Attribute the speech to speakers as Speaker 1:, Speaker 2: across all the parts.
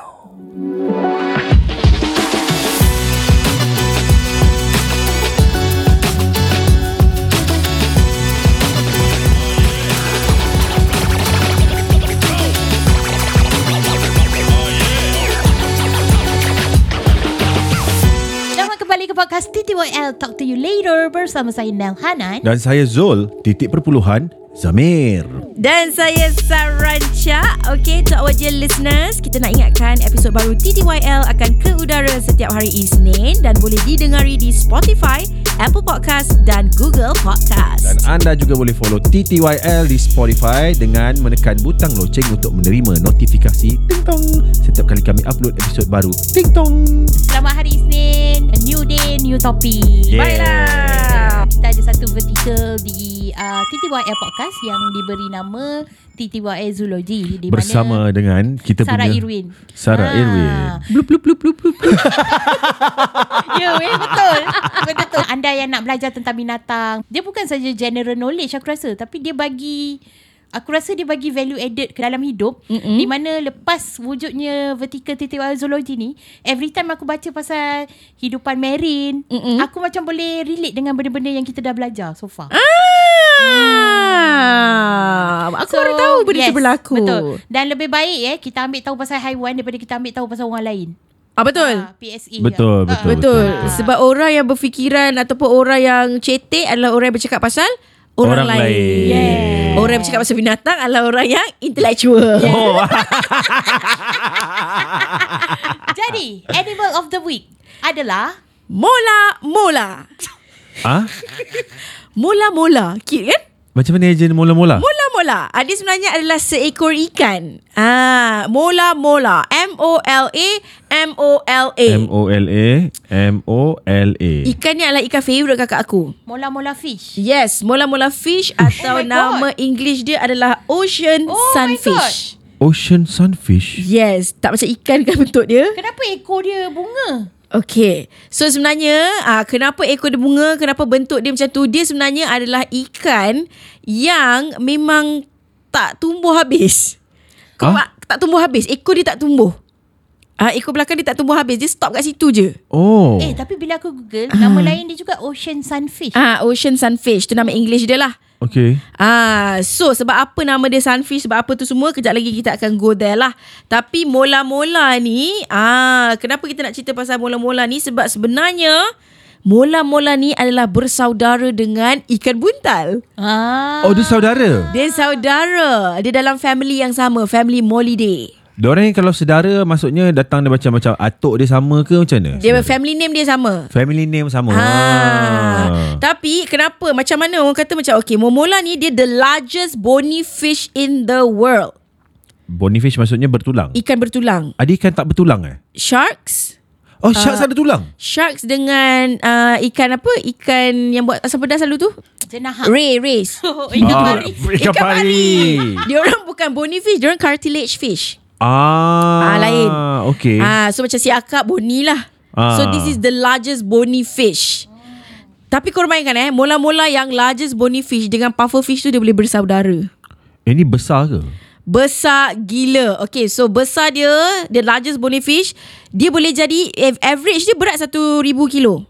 Speaker 1: YL。
Speaker 2: Selamat kembali ke podcast TTYL Talk to you later bersama saya Mel Hanan.
Speaker 1: Dan saya Zul, titik perpuluhan, Zamir.
Speaker 3: Dan saya Saranca Okay, to our dear listeners Kita nak ingatkan episod baru TTYL akan ke udara setiap hari Isnin Dan boleh didengari di Spotify, Apple Podcast dan Google Podcast
Speaker 1: Dan anda juga boleh follow TTYL di Spotify dengan menekan butang loceng untuk menerima notifikasi ting tong setiap kali kami upload episod baru. Ting tong.
Speaker 2: Selamat hari Isnin, a new day, new topic.
Speaker 1: Yeah.
Speaker 3: Baiklah
Speaker 2: Kita ada satu vertikal di uh, TTYL Podcast yang diberi nama TTYL Zoology. Di
Speaker 1: Bersama
Speaker 2: mana
Speaker 1: dengan kita
Speaker 2: Sarah
Speaker 1: punya
Speaker 2: Irwin.
Speaker 1: Sarah
Speaker 2: Ah.
Speaker 1: Irwin.
Speaker 3: Blup, blup, blup, blup, blup
Speaker 2: Ya, weh, betul. Benda tu. Anda yang nak belajar tentang binatang, dia bukan saja general knowledge aku rasa, tapi dia bagi Aku rasa dia bagi value added ke dalam hidup mm-hmm. di mana lepas wujudnya vertikal titik zoologi ni every time aku baca pasal hidupan marine mm-hmm. aku macam boleh relate dengan benda-benda yang kita dah belajar so far.
Speaker 3: Ah, Aku baru tahu benda yes, tu berlaku
Speaker 2: Betul. Dan lebih baik eh kita ambil tahu pasal haiwan daripada kita ambil tahu pasal orang lain.
Speaker 3: ah, Betul
Speaker 2: Ah, PSA.
Speaker 1: Betul,
Speaker 2: Ah.
Speaker 1: betul.
Speaker 3: Betul Sebab orang yang berfikiran Ataupun orang yang cetek Adalah orang yang bercakap pasal Orang,
Speaker 1: Orang
Speaker 3: lain,
Speaker 1: lain. Yeah.
Speaker 3: Orang yang bercakap pasal binatang Adalah orang yang intellectual yeah.
Speaker 1: Oh,
Speaker 2: Jadi, animal of the week adalah
Speaker 3: Mola Mola
Speaker 1: ah?
Speaker 3: Mola Mola Cute kan?
Speaker 1: Macam mana ejen mula-mula?
Speaker 3: Mola Mola ah, Dia sebenarnya adalah seekor ikan ah, Mola Mola M-O-L-A M-O-L-A
Speaker 1: M-O-L-A M-O-L-A
Speaker 3: Ikan ni adalah ikan favourite kakak aku
Speaker 2: mola-mola fish.
Speaker 3: Yes Mola Mola Fish
Speaker 2: Oh my
Speaker 3: Atau
Speaker 2: God.
Speaker 3: nama English dia adalah Ocean
Speaker 2: Oh my
Speaker 3: Sunfish
Speaker 1: Ocean Sunfish
Speaker 3: Yes Tak macam ikan kan bentuk dia
Speaker 2: Kenapa ekor dia bunga?
Speaker 3: Okay So sebenarnya uh, Kenapa ekor dia bunga Kenapa bentuk dia macam tu Dia sebenarnya adalah ikan Yang memang Tak tumbuh habis Kau
Speaker 1: Huh?
Speaker 3: huh? Tak tumbuh habis Ekor dia tak tumbuh uh, Ekor belakang dia tak tumbuh habis Dia stop kat situ je
Speaker 1: Oh Hmm.
Speaker 2: Eh, tapi bila aku google, nama lain dia juga ocean sunfish.
Speaker 3: Ah, uh, Ocean Sunfish Tu nama English dia lah
Speaker 1: Okay
Speaker 3: Ah, so sebab apa nama dia sunfish sebab apa tu semua kejap lagi kita akan go there lah. Tapi mola-mola ni ah kenapa kita nak cerita pasal mola-mola ni sebab sebenarnya mola-mola ni adalah bersaudara dengan ikan buntal.
Speaker 2: Ah.
Speaker 1: Oh dia saudara
Speaker 3: Dia saudara. Dia dalam family yang sama, family Molidae.
Speaker 1: Diorang ni kalau saudara Maksudnya datang dia macam-macam Atuk dia sama ke macam mana
Speaker 3: Dia family name dia sama.
Speaker 1: Family name sama
Speaker 3: Ah. Tapi kenapa macam mana orang kata macam okay mola ni dia the largest bony fish in the world.
Speaker 1: Bonifish maksudnya bertulang
Speaker 3: Ikan bertulang.
Speaker 1: Ada ikan tak bertulang eh
Speaker 3: Sharks
Speaker 1: Oh
Speaker 3: Ah.
Speaker 1: sharks ada tulang
Speaker 3: Sharks dengan uh, ikan apa? Ikan yang buat asam pedas selalu tu?
Speaker 2: jenahak.
Speaker 3: Ray, rays.
Speaker 2: Oh,
Speaker 1: Ah.
Speaker 2: ikan pari.
Speaker 1: Ikan pari
Speaker 3: Diorang bukan bony fish, diorang cartilage fish.
Speaker 1: Ah
Speaker 3: Ah, lain.
Speaker 1: Okay
Speaker 3: Ah, so macam si akak bony lah.
Speaker 1: Ah.
Speaker 3: So this is the largest bony fish. Tapi korang bayangkan eh, mula-mula yang largest bony fish dengan puffer fish tu dia boleh bersaudara.
Speaker 1: Eh ni besar ke
Speaker 3: Besar gila. Okay, so besar dia, the largest bony fish, dia boleh jadi eh, average dia berat 1000 kilo.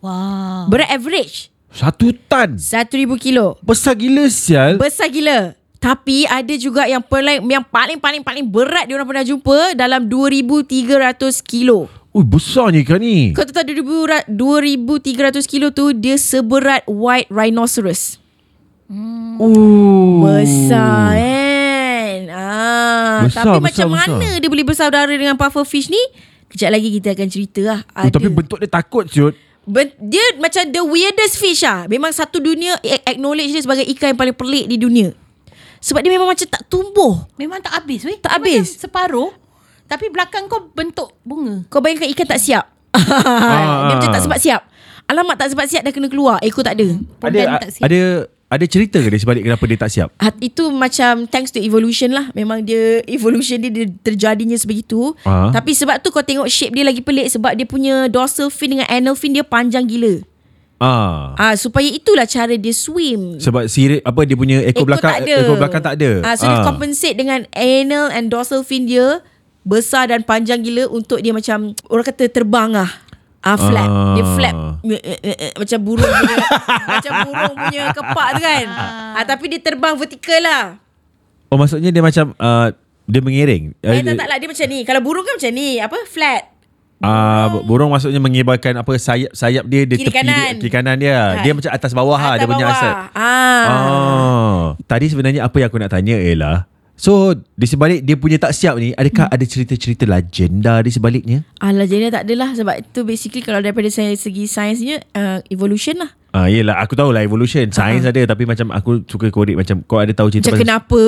Speaker 2: Wow.
Speaker 3: Berat average
Speaker 1: Satu tan
Speaker 3: 1000 kilo.
Speaker 1: Besar gila sial
Speaker 3: Besar gila. Tapi ada juga yang paling yang paling paling paling berat dia orang pernah jumpa dalam 2300 kilo.
Speaker 1: Ui besarnya ikan ni
Speaker 3: Kau tahu tak 2000 ra- 2300 kilo tu dia seberat white rhinoceros.
Speaker 1: Oh
Speaker 3: Besar kan? Ah,
Speaker 1: Besar,
Speaker 3: tapi
Speaker 1: besar,
Speaker 3: macam
Speaker 1: besar.
Speaker 3: mana dia boleh bersaudara dengan puffer fish ni? Kejap lagi kita akan cerita lah.
Speaker 1: Ui,
Speaker 3: Ada.
Speaker 1: Oh, Tapi bentuk dia takut siut
Speaker 3: Ben- dia macam the weirdest fish ah. Memang satu dunia a- acknowledge dia sebagai ikan yang paling pelik di dunia. Sebab dia memang macam tak tumbuh.
Speaker 2: Memang tak habis weh.
Speaker 3: Tak
Speaker 2: Dia
Speaker 3: habis.
Speaker 2: Macam separuh. Tapi belakang kau bentuk bunga.
Speaker 3: Kau bayangkan ikan tak siap
Speaker 1: Ah.
Speaker 3: Dia macam tak sebab siap Alamak tak sebab siap dah kena keluar Ekor tak ada
Speaker 2: Pondan
Speaker 1: Ada
Speaker 2: tak siap.
Speaker 1: ada ada cerita ke dia sebalik kenapa dia tak siap
Speaker 3: Hat, Itu macam thanks to evolution lah Memang dia evolution dia, dia terjadinya sebegitu
Speaker 1: Ah.
Speaker 3: Tapi sebab tu kau tengok shape dia lagi pelik Sebab dia punya dorsal fin dengan anal fin dia panjang gila
Speaker 1: Ah.
Speaker 3: Ah Supaya itulah cara dia swim
Speaker 1: Sebab sirip apa dia punya ekor, belakang ekor belakang tak ada. Ah.
Speaker 3: ah, So dia compensate dengan anal and dorsal fin dia besar dan panjang gila untuk dia macam orang kata terbang ah. Ah flap. Ah. Dia
Speaker 1: Ah.
Speaker 3: flap Eh, eh, eh, eh, macam burung punya macam burung punya kepak tu kan. Ah. tapi dia terbang vertikal lah.
Speaker 1: Oh maksudnya dia macam uh, dia mengiring.
Speaker 3: Eh tak tak lah dia macam ni. Kalau burung kan macam ni, apa flat.
Speaker 1: Ah, bu- burung maksudnya mengibarkan apa sayap sayap dia dia
Speaker 3: Kiri
Speaker 1: tepi
Speaker 3: kanan.
Speaker 1: dia kiri kanan dia. Dia
Speaker 3: Ha.
Speaker 1: macam atas bawah lah
Speaker 3: Atas
Speaker 1: dia punya
Speaker 3: bawah.
Speaker 1: asal.
Speaker 3: Ah.
Speaker 1: Oh. Tadi sebenarnya apa yang aku nak tanya ialah So di sebalik dia punya tak siap ni Adakah hmm. ada cerita-cerita legenda di sebaliknya?
Speaker 3: Alah jadi tak adalah sebab tu basically kalau daripada saya segi sainsnya uh, evolution lah.
Speaker 1: Ah, yelah aku tahulah evolution Sains uh-huh. ada Tapi macam aku suka korek Macam kau ada tahu cerita
Speaker 3: Ah. Macam kenapa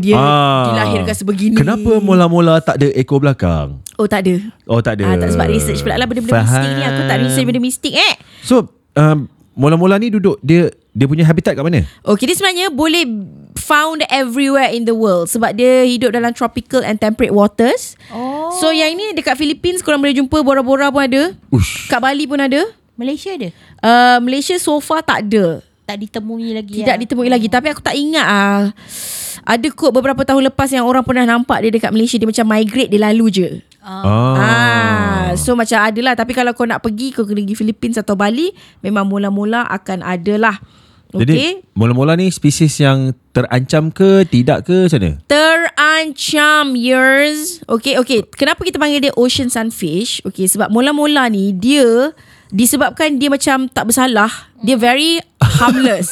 Speaker 3: dia ah. dilahirkan sebegini.
Speaker 1: Kenapa mula-mula tak ada ekor belakang?
Speaker 3: Oh tak ada.
Speaker 1: Oh tak ada
Speaker 3: Ah, tak sebab research pula lah benda-benda mistik ni. Aku tak research benda mistik eh.
Speaker 1: So um, mula-mula ni duduk Dia dia punya habitat kat mana?
Speaker 3: Okay, dia sebenarnya boleh found everywhere in the world sebab dia hidup dalam tropical and temperate waters.
Speaker 2: Oh.
Speaker 3: So yang ini dekat Philippines korang boleh jumpa Bora-Bora pun ada.
Speaker 1: Ush.
Speaker 3: Kat Bali pun ada.
Speaker 2: Malaysia ada?
Speaker 3: Uh, Malaysia so far tak ada.
Speaker 2: Tak ditemui lagi lah.
Speaker 3: Tidak ditemui lagi Tapi aku tak ingat ah. Ada kot beberapa tahun lepas Yang orang pernah nampak Dia dekat Malaysia Dia macam migrate Dia lalu je
Speaker 1: Ah.
Speaker 3: ah. So macam ada lah Tapi kalau kau nak pergi Kau kena pergi Philippines atau Bali Memang mula-mula akan ada lah Okay
Speaker 1: Jadi mula-mula ni spesies yang terancam ke tidak ke macam mana?
Speaker 3: Terancam years Okay okay Kenapa kita panggil dia ocean sunfish Okay sebab mula-mula ni Dia Disebabkan dia macam tak bersalah Dia very harmless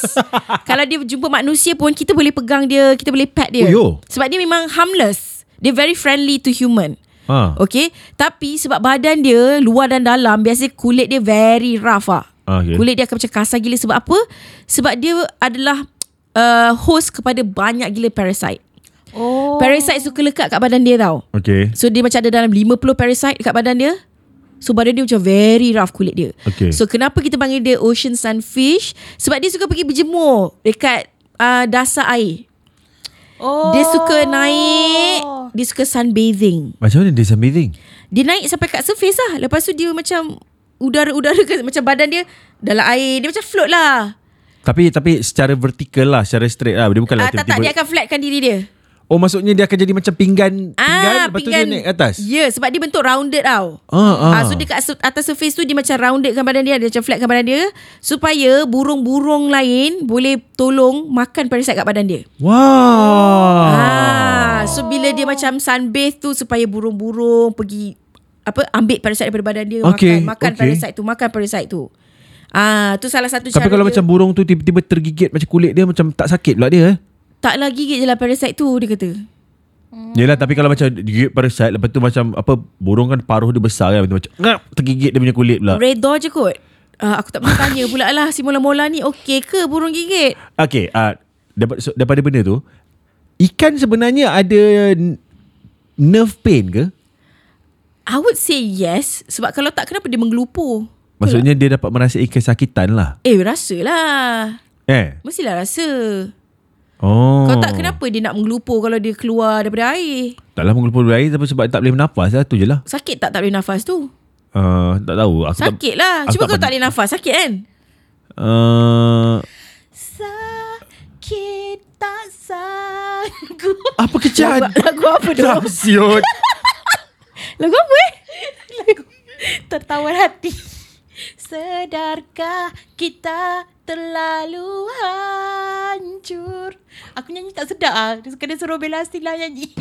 Speaker 3: Kalau dia jumpa manusia pun Kita boleh pegang dia Kita boleh pet
Speaker 1: Oh,
Speaker 3: dia
Speaker 1: yo.
Speaker 3: Sebab dia memang harmless Dia very friendly to human
Speaker 1: Ha.
Speaker 3: Okay Tapi sebab badan dia Luar dan dalam Biasa kulit dia very rough ah.
Speaker 1: Ah, okay.
Speaker 3: Kulit dia akan macam kasar gila Sebab apa? Sebab dia adalah uh, Host kepada banyak gila parasite
Speaker 2: Oh.
Speaker 3: Parasite suka lekat kat badan dia tau
Speaker 1: Okay.
Speaker 3: So dia macam ada dalam 50 parasite dekat badan dia So badan dia macam very rough kulit dia
Speaker 1: Okay.
Speaker 3: So kenapa kita panggil dia ocean sunfish Sebab dia suka pergi berjemur Dekat uh, dasar air
Speaker 2: Oh.
Speaker 3: Dia suka naik Dia suka sunbathing
Speaker 1: Macam mana dia sunbathing?
Speaker 3: dia naik sampai kat surface lah. Lepas tu dia macam udara-udara ke, macam badan dia dalam air. Dia macam float lah.
Speaker 1: Tapi tapi secara vertikal lah, secara straight lah. Dia bukanlah
Speaker 3: Ah, tak tak dia akan flatkan diri dia.
Speaker 1: Oh maksudnya dia akan jadi macam pinggan pinggan lepas tu dia naik atas.
Speaker 3: Ah, Ya, yeah, sebab dia bentuk rounded tau.
Speaker 1: Ah, ah.
Speaker 3: so dekat su- atas surface tu dia macam roundedkan badan dia, dia macam flatkan badan dia supaya burung-burung lain boleh tolong makan parasite kat badan dia.
Speaker 1: Wow.
Speaker 3: Ah, so bila dia macam sunbathe tu supaya burung-burung pergi apa ambil parasite daripada badan dia
Speaker 1: Okay,
Speaker 3: makan makan
Speaker 1: okay.
Speaker 3: parasite tu makan parasite tu. Ah, tu salah satu
Speaker 1: Tapi
Speaker 3: cara
Speaker 1: kalau
Speaker 3: dia.
Speaker 1: macam burung tu tiba-tiba tergigit macam kulit dia macam tak sakit pula dia eh.
Speaker 3: tak lah gigit je lah parasite tu dia kata.
Speaker 1: Hmm. Yelah tapi kalau macam gigit parasite lepas tu macam apa burung kan paruh dia besar kan macam ngap, tergigit dia punya kulit pula.
Speaker 3: Redor je kot. Ah, aku tak pernah tanya pula lah si mula-mula ni okey ke burung gigit?
Speaker 1: Okay uh, daripada, so, daripada benda tu Ikan sebenarnya ada n- Nerve pain ke?
Speaker 3: I would say yes sebab kalau tak kenapa dia menggelupur?
Speaker 1: Maksudnya dia dapat merasai kesakitan lah
Speaker 3: Eh rasalah.
Speaker 1: Eh
Speaker 3: Mestilah rasa.
Speaker 1: Oh
Speaker 3: Kau tak kenapa dia nak menggelupur kalau dia keluar daripada air?
Speaker 1: Taklah menggelupur lah, air Tapi sebab tak boleh bernafas lah tu je lah
Speaker 3: Sakit tak tak boleh nafas tu?
Speaker 1: uh, Tak tahu aku
Speaker 3: Sakit lah
Speaker 1: aku
Speaker 3: Cuba kau
Speaker 1: pandai.
Speaker 3: tak boleh nafas Sakit kan
Speaker 1: tak, uh,
Speaker 2: Sakit tak sanggup.
Speaker 1: Apa kejadian?
Speaker 3: Lagu- lagu apa tu?
Speaker 1: Dah siut
Speaker 3: Lagu apa eh
Speaker 2: Lagu tertawan hati. Sedarkah kita terlalu hancur? Aku nyanyi tak sedap ah. Dia kena suruh Bella Astila nyanyi.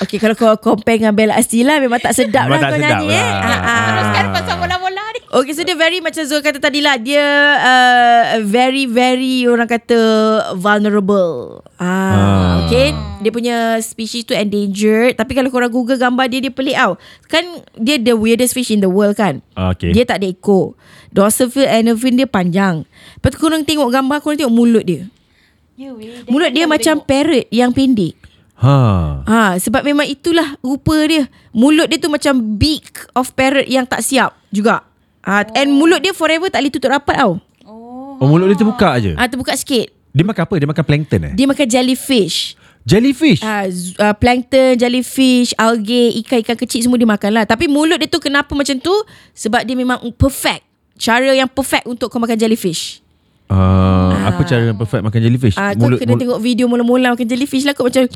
Speaker 3: Okay kalau kau compare dengan Bella Astila Memang tak sedap
Speaker 1: Memang
Speaker 3: lah
Speaker 1: tak
Speaker 3: kau
Speaker 1: sedap
Speaker 3: nyanyi
Speaker 1: lah.
Speaker 3: eh Ah, ah.
Speaker 2: Teruskan kan pasal bola-bola ni.
Speaker 3: Okay so dia very Macam Zul kata tadi lah Dia uh, very very Orang kata Vulnerable
Speaker 1: Ah.
Speaker 3: ah, Okay Dia punya species tu endangered Tapi kalau korang google gambar dia Dia pelik tau Kan dia the weirdest fish in the world kan
Speaker 1: Ah, okay.
Speaker 3: Dia tak ada ekor Dorsal and dia panjang Lepas tu korang tengok gambar Korang tengok mulut dia
Speaker 2: Ya weh.
Speaker 3: Mulut dia macam parrot yang pendek.
Speaker 1: Ha
Speaker 3: Ha, sebab memang itulah rupa dia. Mulut dia tu macam beak of parrot yang tak siap juga. Ha, oh. And mulut dia forever tak boleh tutup rapat tau.
Speaker 2: Oh.
Speaker 1: Oh mulut dia terbuka je
Speaker 3: Ha, terbuka sikit.
Speaker 1: Dia makan apa? Dia makan plankton eh?
Speaker 3: Dia makan jellyfish.
Speaker 1: Jellyfish
Speaker 3: Ha, z- uh, plankton, jellyfish, algae, ikan-ikan kecil semua dia makan lah. Tapi mulut dia tu kenapa macam tu? Sebab dia memang perfect. Cara yang perfect untuk kau makan jellyfish. Ha,
Speaker 1: uh, Apa cara yang perfect makan jellyfish?
Speaker 3: Ah, kau kena tengok video mula-mula makan jellyfish lah. Kau macam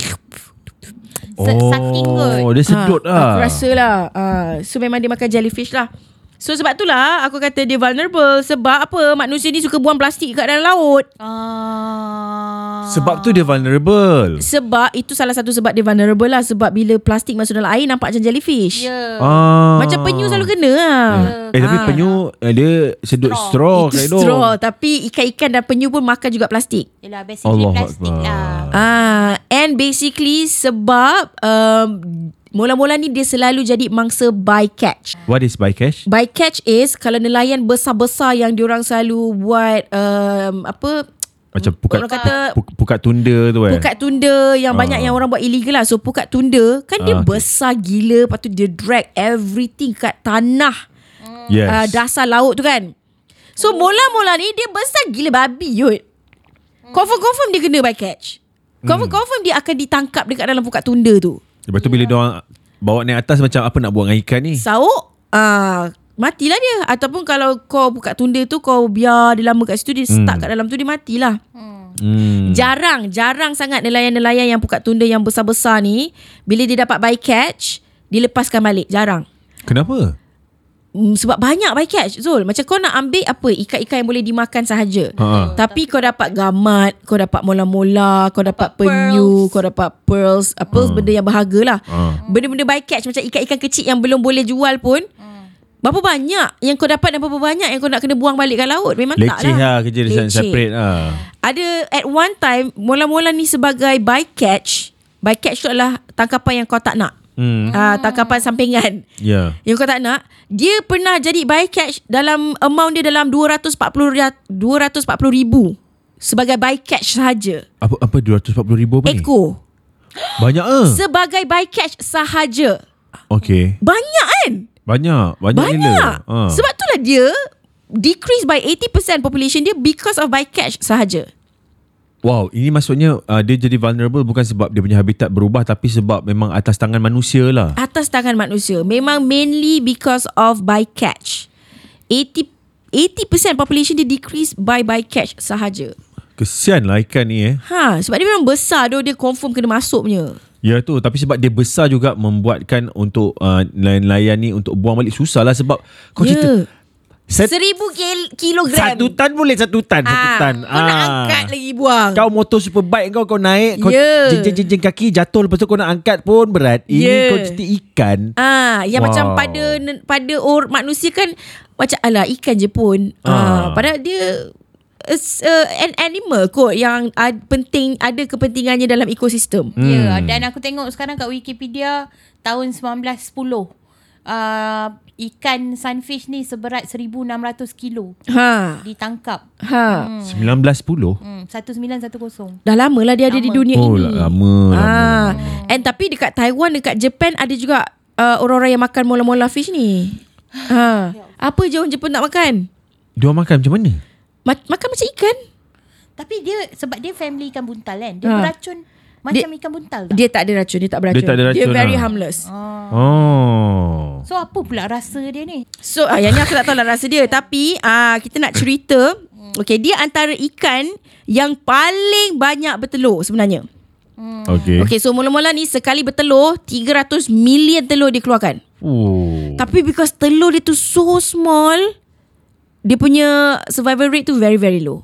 Speaker 2: Se- Saking kot
Speaker 1: Oh, dia sedut
Speaker 3: ha,
Speaker 1: lah.
Speaker 3: Aku rasa lah. Uh, so memang dia makan jellyfish lah. So sebab itulah aku kata dia vulnerable sebab apa manusia ni suka buang plastik kat dalam laut.
Speaker 2: Ah.
Speaker 1: Sebab tu dia vulnerable.
Speaker 3: Sebab itu salah satu sebab dia vulnerable lah sebab bila plastik masuk dalam air nampak macam jellyfish.
Speaker 2: Ya
Speaker 1: Ah.
Speaker 3: Macam penyu selalu kena lah.
Speaker 1: Eh tapi penyu eh, dia sedut straw,
Speaker 3: Itu
Speaker 1: kat hidung.
Speaker 3: straw Tapi ikan-ikan dan penyu pun makan juga plastik
Speaker 2: Yelah basically
Speaker 1: Allah
Speaker 2: plastik
Speaker 1: Akbar.
Speaker 2: lah
Speaker 3: Ah, and basically sebab um, mula-mula ni dia selalu jadi mangsa bycatch.
Speaker 1: What is bycatch?
Speaker 3: Bycatch is kalau nelayan besar-besar yang diorang selalu buat um, apa
Speaker 1: Macam pukat
Speaker 3: Orang kata
Speaker 1: pu- pukat tunda tu kan.
Speaker 3: pukat tunda yang banyak yang orang buat illegal lah. So pukat tunda kan dia
Speaker 1: Ah, okay.
Speaker 3: besar gila lepas tu dia drag everything kat tanah
Speaker 1: Yes.
Speaker 3: uh, dasar laut tu kan. So mula-mula ni dia besar gila babi yut. Confirm-confirm dia kena bycatch.
Speaker 1: Hmm.
Speaker 3: Confirm-confirm dia akan ditangkap dekat dalam pukat tunda tu. lah.
Speaker 1: Lepas tu bila dia orang bawa naik atas macam apa nak buat dengan ikan ni?
Speaker 3: Sauk ah matilah dia ataupun kalau kau buka tunda tu kau biar dia lama kat situ dia stuck kat dalam tu dia matilah.
Speaker 1: Hmm.
Speaker 3: Jarang, jarang sangat nelayan-nelayan yang pukat tunda yang besar-besar ni bila dia dapat bycatch dia lepaskan balik. Jarang.
Speaker 1: Kenapa?
Speaker 3: Mm, sebab banyak bycatch Zul Macam kau nak ambil apa Ikan-ikan yang boleh dimakan sahaja
Speaker 1: Ha.
Speaker 3: Tapi kau dapat gamat Kau dapat mola-mola Kau dapat penyu Kau dapat pearls uh, Pearls benda yang berharga lah
Speaker 1: Hmm. Ha.
Speaker 3: Benda-benda bycatch Macam ikan-ikan kecil Yang belum boleh jual pun Berapa banyak yang kau dapat dan berapa banyak yang kau nak kena buang balik kat laut? Memang tak
Speaker 1: Leceh lah
Speaker 3: lah.
Speaker 1: kerja dia
Speaker 3: Leceh.
Speaker 1: separate lah.
Speaker 3: Ada at one time, mula-mula ni sebagai bycatch. Bycatch tu adalah tangkapan yang kau tak nak.
Speaker 1: Hmm.
Speaker 3: Ah, tangkapan sampingan.
Speaker 1: Ya.
Speaker 3: Yang kau tak nak Dia pernah jadi bycatch Dalam amount dia dalam 240 ria- 240 ribu Sebagai bycatch sahaja
Speaker 1: Apa apa 240 ribu apa ni?
Speaker 3: Ekor
Speaker 1: Banyak ah.
Speaker 3: Sebagai bycatch sahaja
Speaker 1: Okey.
Speaker 3: Banyak kan
Speaker 1: Banyak, banyak,
Speaker 3: Banyak
Speaker 1: gila. Ha.
Speaker 3: Sebab itulah dia Decrease by 80% population dia Because of bycatch sahaja
Speaker 1: Wow, ini maksudnya uh, dia jadi vulnerable bukan sebab dia punya habitat berubah tapi sebab memang atas tangan manusia lah.
Speaker 3: Atas tangan manusia Memang mainly because of bycatch 80 80% population dia decrease by bycatch sahaja.
Speaker 1: Kesian lah ikan ni eh.
Speaker 3: Ha, sebab dia memang besar doh dia confirm kena masuk punya.
Speaker 1: Ya tu, tapi sebab dia besar juga membuatkan untuk uh, nelayan-nelayan ni untuk buang balik susah lah sebab kau
Speaker 3: Ya.
Speaker 1: cerita set,
Speaker 3: Seribu kil- kilogram.
Speaker 1: satu tan boleh satu tan, satu
Speaker 3: Ah,
Speaker 1: tan.
Speaker 3: Kau nak
Speaker 1: Ah.
Speaker 3: angkat lagi buang.
Speaker 1: Kau motor super bike kau kau naik kau
Speaker 3: Ya.
Speaker 1: jenjing-jenjing kaki jatuh lepas tu kau nak angkat pun berat. Ini
Speaker 3: Ya.
Speaker 1: kau cerita ikan.
Speaker 3: Ah, yang
Speaker 1: Wow.
Speaker 3: macam pada pada or, manusia kan macam alah ikan je pun.
Speaker 1: Ah.
Speaker 3: Ah, padahal dia is, uh, an animal kot yang uh, penting ada kepentingannya dalam ekosistem.
Speaker 2: Ya yeah,
Speaker 1: Hmm.
Speaker 2: dan aku tengok sekarang kat Wikipedia Tahun 1910 uh, Ikan sunfish ni seberat 1,600 kilo
Speaker 3: Ha.
Speaker 1: Hmm.
Speaker 2: Ditangkap
Speaker 3: Ha.
Speaker 1: 1910.
Speaker 2: hmm, 1910
Speaker 3: Dah lama lah dia ada di dunia
Speaker 1: Oh,
Speaker 3: ini.
Speaker 1: lama,
Speaker 3: Ah. And tapi dekat Taiwan, dekat Japan ada juga uh, orang-orang yang makan mola-mola fish ni. Ha. Apa je orang Jepun nak makan?
Speaker 1: Dia orang makan macam mana?
Speaker 3: Ma- makan macam ikan.
Speaker 2: Tapi dia Sebab dia family ikan buntal kan Dia
Speaker 3: Ha.
Speaker 2: beracun Macam ikan buntal tak?
Speaker 3: Dia tak ada racun, dia tak beracun.
Speaker 1: Dia tak ada
Speaker 3: Dia
Speaker 1: racun,
Speaker 3: very
Speaker 1: ah.
Speaker 3: harmless.
Speaker 1: Oh.
Speaker 2: So apa pula rasa dia ni?
Speaker 3: So, ah, yang ni aku tak tahu lah rasa dia. Tapi, ah, kita nak cerita. Okay, dia antara ikan yang paling banyak bertelur sebenarnya.
Speaker 1: Okay.
Speaker 3: Okay, so mula-mula ni sekali bertelur, 300 million telur dia keluarkan.
Speaker 1: Oh.
Speaker 3: Tapi because telur dia tu so small, dia punya survival rate tu very very low.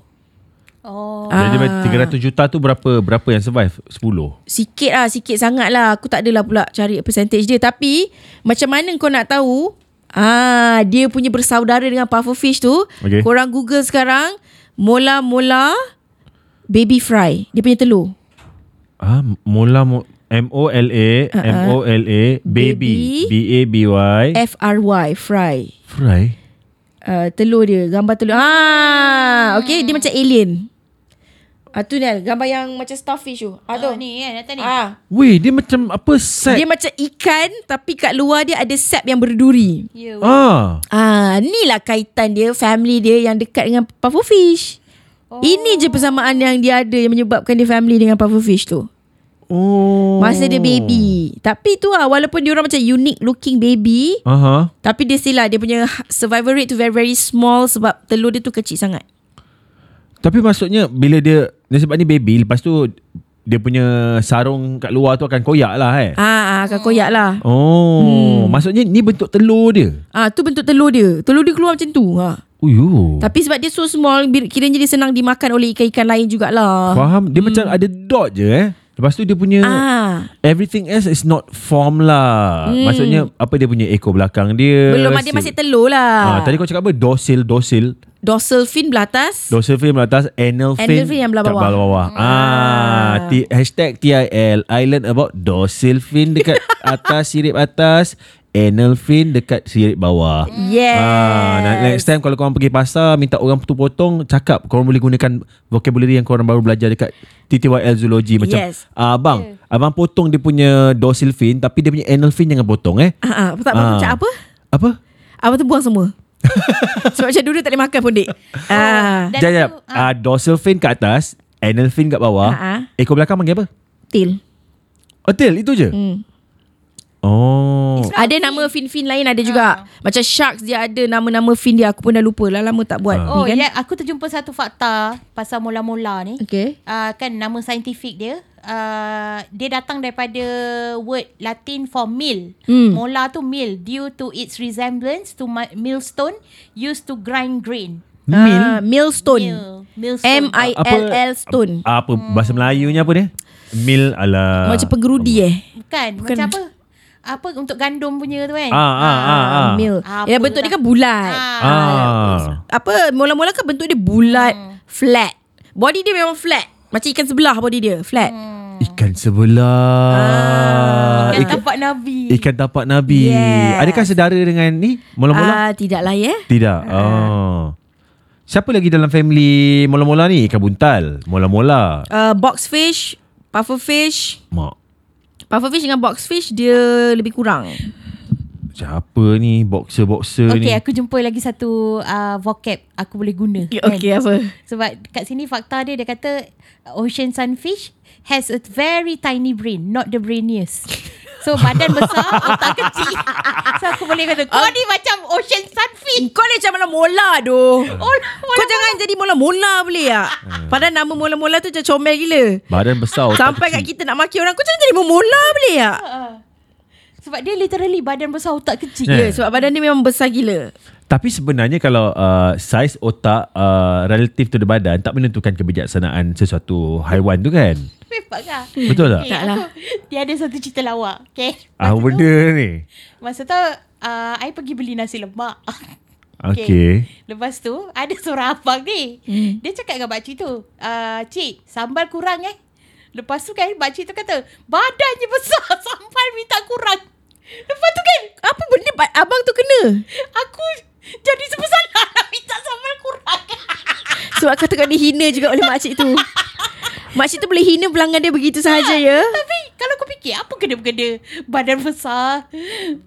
Speaker 2: Oh
Speaker 1: Jadi
Speaker 3: Ah.
Speaker 1: daripada 300 juta tu berapa berapa yang survive? 10.
Speaker 3: Sikit lah, sikit sangat lah. Aku tak adalah pula cari percentage dia. Tapi, macam mana kau nak tahu, ah dia punya bersaudara dengan pufferfish tu,
Speaker 1: Okey.
Speaker 3: korang google sekarang, mola-mola baby fry. Dia punya telur.
Speaker 1: Ah, mula mo- M O L A M O L A baby
Speaker 3: Ah, Baby. Eh.
Speaker 1: B A B Y
Speaker 3: F-R-Y, fry.
Speaker 1: fry.
Speaker 3: Uh, telur dia, gambar telur. Ah, okay, dia macam alien. Ah, tu ni gambar yang macam starfish tu. Ah, tu.
Speaker 2: Oh, ni kan datang ni
Speaker 3: Ah,
Speaker 1: Weh, dia macam apa set?
Speaker 3: Dia macam ikan tapi kat luar dia ada sap yang berduri.
Speaker 2: Ya yeah.
Speaker 1: ah.
Speaker 3: Ah, inilah kaitan dia, family dia yang dekat dengan pufferfish. Oh. Ini je persamaan yang dia ada yang menyebabkan dia family dengan pufferfish tu.
Speaker 1: Oh.
Speaker 3: Masa dia baby. Tapi tu lah walaupun dia orang macam unique looking baby,
Speaker 1: Aha. Uh-huh.
Speaker 3: tapi dia still lah dia punya survival rate tu very very small sebab telur dia tu kecil sangat.
Speaker 1: Tapi maksudnya bila dia dia sebab ni baby lepas tu dia punya sarung kat luar tu akan koyak lah eh.
Speaker 3: Ah, ah akan koyak lah.
Speaker 1: Oh, hmm. maksudnya ni bentuk telur dia.
Speaker 3: Ah, tu bentuk telur dia. Telur dia keluar macam tu. Ha.
Speaker 1: Uyuh.
Speaker 3: Tapi sebab dia so small, bir- kiranya dia senang dimakan oleh ikan-ikan lain jugalah.
Speaker 1: Faham? Dia hmm. macam ada dot je eh. Lepas tu dia punya
Speaker 3: Ah.
Speaker 1: everything else is not form lah. Hmm. Maksudnya apa dia punya ekor belakang dia.
Speaker 3: Belum ada
Speaker 1: si-
Speaker 3: masih telur
Speaker 1: Ah,
Speaker 3: lah.
Speaker 1: tadi kau cakap apa? Dosil, dosil.
Speaker 3: Dorsal fin belatas.
Speaker 1: Dorsal fin atas Anal fin
Speaker 3: Anal fin yang belah
Speaker 1: kat
Speaker 3: bawah. Hmm.
Speaker 1: bawah. Ah, T- hashtag TIL Island about dorsal fin dekat atas sirip atas Anal fin dekat sirip bawah
Speaker 3: Yes.
Speaker 1: Ah, na- next time kalau korang pergi pasar minta orang tu potong cakap korang boleh gunakan vocabulary yang korang baru belajar dekat TTYL zoology macam
Speaker 3: Yes.
Speaker 1: ah, abang yeah. abang potong dia punya dorsal fin tapi dia punya anal fin jangan potong eh.
Speaker 3: Ah, ah, tak apa, macam apa?
Speaker 1: Apa?
Speaker 3: Abang tu buang semua. Sebab macam dulu tak boleh makan pun, Dek. Ah.
Speaker 2: Dan
Speaker 1: Jap jap.
Speaker 2: tu,
Speaker 1: Ah,
Speaker 2: ah.
Speaker 1: dorsal fin kat atas, anal fin kat bawah.
Speaker 3: Ah, ah.
Speaker 1: Ekor belakang panggil apa?
Speaker 3: Til.
Speaker 1: Hotel itu je.
Speaker 3: Hmm. uh,
Speaker 1: Oh.
Speaker 3: Ada nama fin-fin lain ada juga. Macam sharks dia ada nama-nama fin dia. Aku pun dah lupa lah. Lama tak buat.
Speaker 1: Ah.
Speaker 2: Oh,
Speaker 3: ni kan?
Speaker 2: ya, aku terjumpa satu fakta pasal mula-mula ni.
Speaker 3: Okay.
Speaker 2: Uh, kan nama saintifik dia uh, dia datang daripada word Latin for meal.
Speaker 3: Hmm.
Speaker 2: Mola tu meal due to its resemblance to mi- millstone used to grind grain.
Speaker 1: Mil.
Speaker 3: Ah, millstone.
Speaker 2: Meal, Hmm, millstone.
Speaker 3: E. M-I-L-L stone. Hmm.
Speaker 1: Apa bahasa Melayunya apa dia? Mil ala
Speaker 3: Macam pengerudi
Speaker 1: Ah.
Speaker 3: eh.
Speaker 2: Bukan,
Speaker 3: Bukan.
Speaker 2: Bukan macam apa? Apa untuk gandum punya tu kan? Ah,
Speaker 1: Ah ah ah ah.
Speaker 3: Ah, mil. lah.
Speaker 2: Apa
Speaker 3: Ya bentuk dia kan bulat.
Speaker 1: Ah.
Speaker 3: Apa mula-mula kan bentuk dia bulat, flat. Body dia memang flat. Macam ikan sebelah body dia, flat.
Speaker 1: Hmm. Ikan sebelah.
Speaker 2: Ikan
Speaker 1: ah, ikan,
Speaker 2: tapak Nabi.
Speaker 1: ikan tapak Nabi.
Speaker 3: Ah. Yes.
Speaker 1: Adakah sedara dengan ni? Mula-mula? Uh,
Speaker 3: Ah, tidaklah ya.
Speaker 1: Tidak. Oh. Siapa lagi dalam family mula-mula ni? Ikan buntal. Mula-mula.
Speaker 3: Uh, box fish, puffer fish.
Speaker 1: Mak.
Speaker 3: Puffer fish dengan box fish dia lebih kurang.
Speaker 1: Siapa ni? Boxer-boxer ni.
Speaker 2: Okay, aku jumpa lagi satu uh, vocab aku boleh guna.
Speaker 3: Ya,
Speaker 2: kan?
Speaker 3: apa?
Speaker 2: Sebab kat sini fakta dia dia kata ocean sunfish has a very tiny brain, not the brainiest. So badan besar, otak kecil. So aku boleh kata kau ni macam ocean sunfish.
Speaker 3: Eh, Kau ni macam mula-mula doh.
Speaker 2: Oh,
Speaker 3: Kau jangan jadi mula-mula boleh tak?
Speaker 1: Hmm.
Speaker 3: Padahal nama mula-mula tu macam comel gila.
Speaker 1: Badan besar. otak
Speaker 3: Sampai
Speaker 1: Oh,
Speaker 3: kat
Speaker 1: kecil.
Speaker 3: kita nak maki orang Kau jangan jadi mula boleh tak?
Speaker 2: sebab dia literally badan besar otak kecil.
Speaker 3: Ya yeah, sebab badan dia memang besar gila
Speaker 1: Tapi sebenarnya kalau uh, saiz otak uh, relatif to the badan tak menentukan kebijaksanaan sesuatu haiwan tu kan.
Speaker 2: Memang lah.
Speaker 1: Betul tak?
Speaker 2: Okay,
Speaker 3: Tak lah.
Speaker 2: aku- Dia ada satu cerita lawak. Okay.
Speaker 1: Ah benda ni.
Speaker 2: Masa tu, uh, I pergi beli nasi lemak.
Speaker 1: Okey.
Speaker 2: Lepas tu, ada seorang abang ni. Hmm. Dia cakap dengan makcik tu, uh, Cik, sambal kurang eh. Lepas tu kan, makcik tu kata, badannya besar, sambal minta kurang. Lepas tu kan,
Speaker 3: Apa benda ba- abang tu kena?
Speaker 2: aku jadi sebesalah nak minta sambal kurang.
Speaker 3: Sebab kata kau dihina juga oleh makcik tu Makcik tu boleh hina pelanggan dia begitu sahaja ya
Speaker 2: Tapi kalau kau fikir, apa kena-kena badan besar,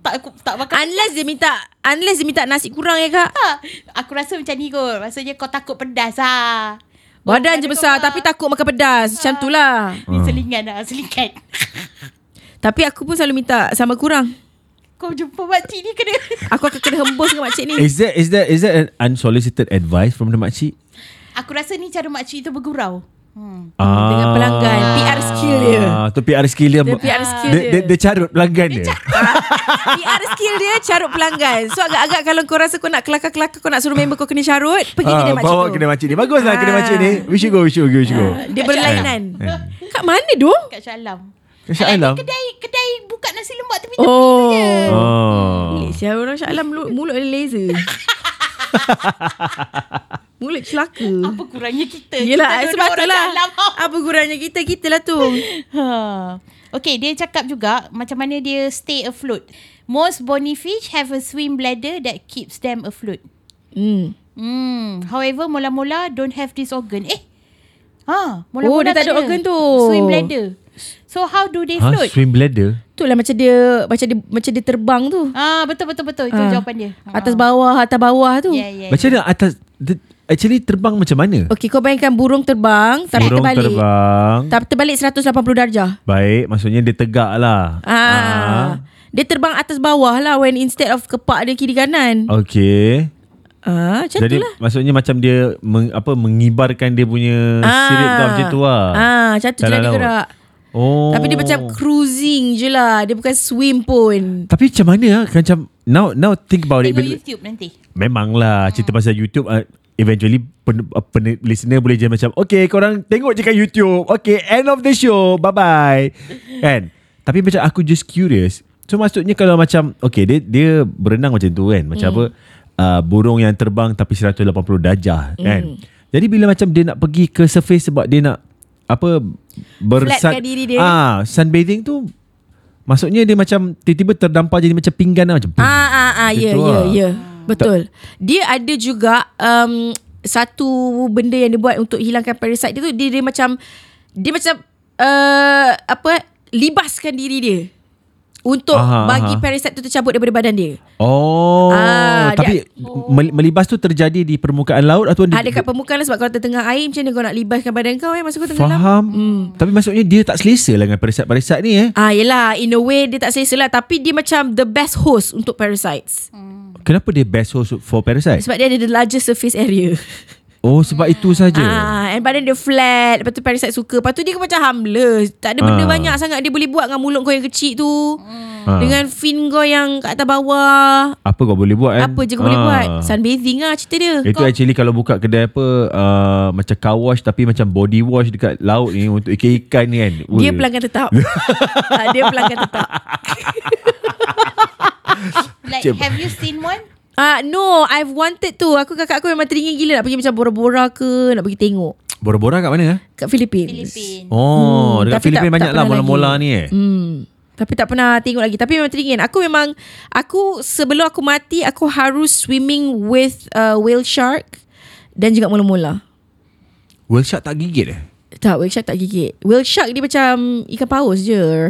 Speaker 2: tak aku, tak makan
Speaker 3: Unless dia minta Unless dia minta nasi kurang ya kak
Speaker 2: Ha, aku rasa macam ni kot. Maksudnya kau takut pedas lah.
Speaker 3: Badan je besar Tapi takut makan pedas Macam tu lah
Speaker 2: Ni selingan lah, selingan.
Speaker 3: Tapi aku pun selalu minta Sambal kurang
Speaker 2: Kau jumpa makcik ni kena...
Speaker 3: Aku akan kena hembus dengan makcik ni
Speaker 1: Is that is that is that an unsolicited advice from the makcik?
Speaker 2: Aku rasa ni cara makcik tu bergurau. Hmm.
Speaker 1: Ah.
Speaker 3: Dengan pelanggan PR skill dia
Speaker 1: Tu PR skill dia.
Speaker 3: Dia PR skill
Speaker 1: dia,
Speaker 3: dia.
Speaker 1: dia, dia carut pelanggan dia.
Speaker 3: PR skill dia Carut pelanggan So agak-agak Kalau kau rasa kau nak kelakar-kelakar Kau nak suruh member kau kena carut Pergi
Speaker 1: Ah,
Speaker 3: kedai makcik
Speaker 1: bawa
Speaker 3: tu
Speaker 1: kedai makcik ni. Baguslah kedai
Speaker 3: Ah.
Speaker 1: makcik ni. We should go, we should go, we should go. Eh,
Speaker 3: Dia berlainan Kat mana doh?
Speaker 2: Kat Shah Alam.
Speaker 1: Masya Allah.
Speaker 2: Alam ni Kedai kedai buka nasi lemak
Speaker 1: Eh.
Speaker 2: tepi tepi tu
Speaker 3: Oh.
Speaker 2: je.
Speaker 1: Oh.
Speaker 3: Pelik Siapa orang Shah Alam mulut, mulut ada laser. mulut celaka.
Speaker 2: Apa kurangnya kita?
Speaker 3: Yelah,
Speaker 2: kita
Speaker 3: sebab tu lah.
Speaker 2: Apa?
Speaker 3: Apa kurangnya kita, kita lah tu.
Speaker 2: Ha. Okay, dia cakap juga macam mana dia stay afloat. Most bony fish have a swim bladder that keeps them afloat.
Speaker 3: Hmm.
Speaker 2: Hmm. However, mula-mula don't have this organ. Eh? Ha,
Speaker 3: Oh,
Speaker 2: mula-mula
Speaker 3: dia tak ada organ tu.
Speaker 2: Swim bladder. So, how do they
Speaker 1: Ha,
Speaker 2: float?
Speaker 1: swim bladder.
Speaker 3: Itulah macam dia, macam dia, macam dia terbang tu.
Speaker 2: Ah, betul, betul, betul. Itu
Speaker 3: Ah.
Speaker 2: jawapan dia.
Speaker 3: Atas bawah, atas bawah tu.
Speaker 2: Ya, ya.
Speaker 1: Macam mana atas dia- actually terbang macam mana?
Speaker 3: Okey, kau bayangkan burung terbang tapi
Speaker 1: Burung
Speaker 3: terbalik.
Speaker 1: terbang.
Speaker 3: Tapi terbalik 180 darjah.
Speaker 1: Baik, maksudnya dia tegak lah.
Speaker 3: Ah. Dia terbang atas bawah lah when instead of kepak dia kiri kanan.
Speaker 1: Okay.
Speaker 3: Ah, macam
Speaker 1: Jadi
Speaker 3: tu lah.
Speaker 1: maksudnya macam dia meng, apa mengibarkan dia punya ah. sirip tu macam tu lah.
Speaker 3: Ah, macam tu je lah
Speaker 1: Dalam
Speaker 3: dia
Speaker 1: laut.
Speaker 3: gerak.
Speaker 1: Oh.
Speaker 3: Tapi dia macam cruising je lah. Dia bukan swim pun.
Speaker 1: Tapi macam mana ah macam now now think about it
Speaker 2: Tengok
Speaker 1: bila,
Speaker 2: YouTube nanti.
Speaker 3: Hmm.
Speaker 1: memanglah cerita pasal YouTube uh, eventually pen, uh, pen, listener boleh je macam okay korang tengok je kat YouTube. Okay end of the show. Bye bye. kan? Tapi macam aku just curious. So maksudnya kalau macam okay dia dia berenang macam tu kan. Macam
Speaker 3: Hmm.
Speaker 1: apa uh, burung yang terbang tapi 180
Speaker 3: Hmm.
Speaker 1: darjah kan. Jadi bila macam dia nak pergi ke surface sebab dia nak apa
Speaker 3: Flatkan diri dia.
Speaker 1: Ah, sunbathing tu maksudnya dia macam tiba-tiba terdampar jadi macam pinggan lah macam.
Speaker 3: Ah, ah, ah.
Speaker 1: Macam
Speaker 3: Ya,
Speaker 1: tu
Speaker 3: ya,
Speaker 1: lah.
Speaker 3: ya. Betul. Dia ada juga um, satu benda yang dia buat untuk hilangkan parasite dia tu. Dia, dia macam, dia macam, uh, apa, libaskan diri dia. Untuk
Speaker 1: Aha,
Speaker 3: bagi
Speaker 1: aha.
Speaker 3: parasite tu tercabut daripada badan dia.
Speaker 1: Oh,
Speaker 3: Ah,
Speaker 1: tapi mel- melibas tu terjadi di permukaan laut atau
Speaker 3: Ada kat permukaan lah sebab kalau tertengah air macam mana kau nak libaskan badan kau eh masa kau tenggelam.
Speaker 1: faham. Hmm. Tapi maksudnya dia tak selesa lah dengan parasat-parasat ni eh.
Speaker 3: Ah yelah in a way dia tak selesa lah tapi dia macam the best host untuk parasites.
Speaker 1: Hmm. Kenapa dia best host for parasite?
Speaker 3: Sebab dia ada the largest surface area.
Speaker 1: Oh, sebab itu saja.
Speaker 3: Ah and badan dia flat, lepas tu parasite suka. Lepas tu dia macam harmless. Tak ada benda
Speaker 1: Ah.
Speaker 3: banyak sangat dia boleh buat dengan mulut kau yang kecil tu.
Speaker 1: Ah.
Speaker 3: Dengan fin kau yang kat atas bawah.
Speaker 1: Apa kau boleh buat kan?
Speaker 3: Apa je kau boleh
Speaker 1: Ah.
Speaker 3: buat. Sunbathing lah cerita dia.
Speaker 1: Itu actually kalau buka kedai apa uh, macam car wash tapi macam body wash dekat laut ni untuk ikan-ikan ni kan. Weh.
Speaker 3: Dia pelanggan tetap. Ah, dia pelanggan tetap.
Speaker 2: Like,
Speaker 1: Cik-
Speaker 2: have you seen one?
Speaker 3: Ah uh, no, I've wanted to. Aku kakak aku memang teringin gila nak pergi macam Bora-Bora ke, nak pergi tengok
Speaker 1: Bora-bora kat mana? eh?
Speaker 3: kat Filipin.
Speaker 2: Filipin.
Speaker 1: Oh,
Speaker 3: Hmm,
Speaker 1: dekat
Speaker 3: tapi
Speaker 1: Filipin
Speaker 3: tak-
Speaker 1: banyak
Speaker 3: tak
Speaker 1: lah
Speaker 3: pernah
Speaker 1: mola-mola ni eh.
Speaker 3: Hmm. Tapi tak pernah tengok lagi. Tapi memang teringin. Aku memang aku sebelum aku mati aku harus swimming with uh, whale shark dan juga mula-mula.
Speaker 1: World Shark tak gigit eh?
Speaker 3: Tak, whale shark tak gigit. Whale shark dia macam ikan paus je.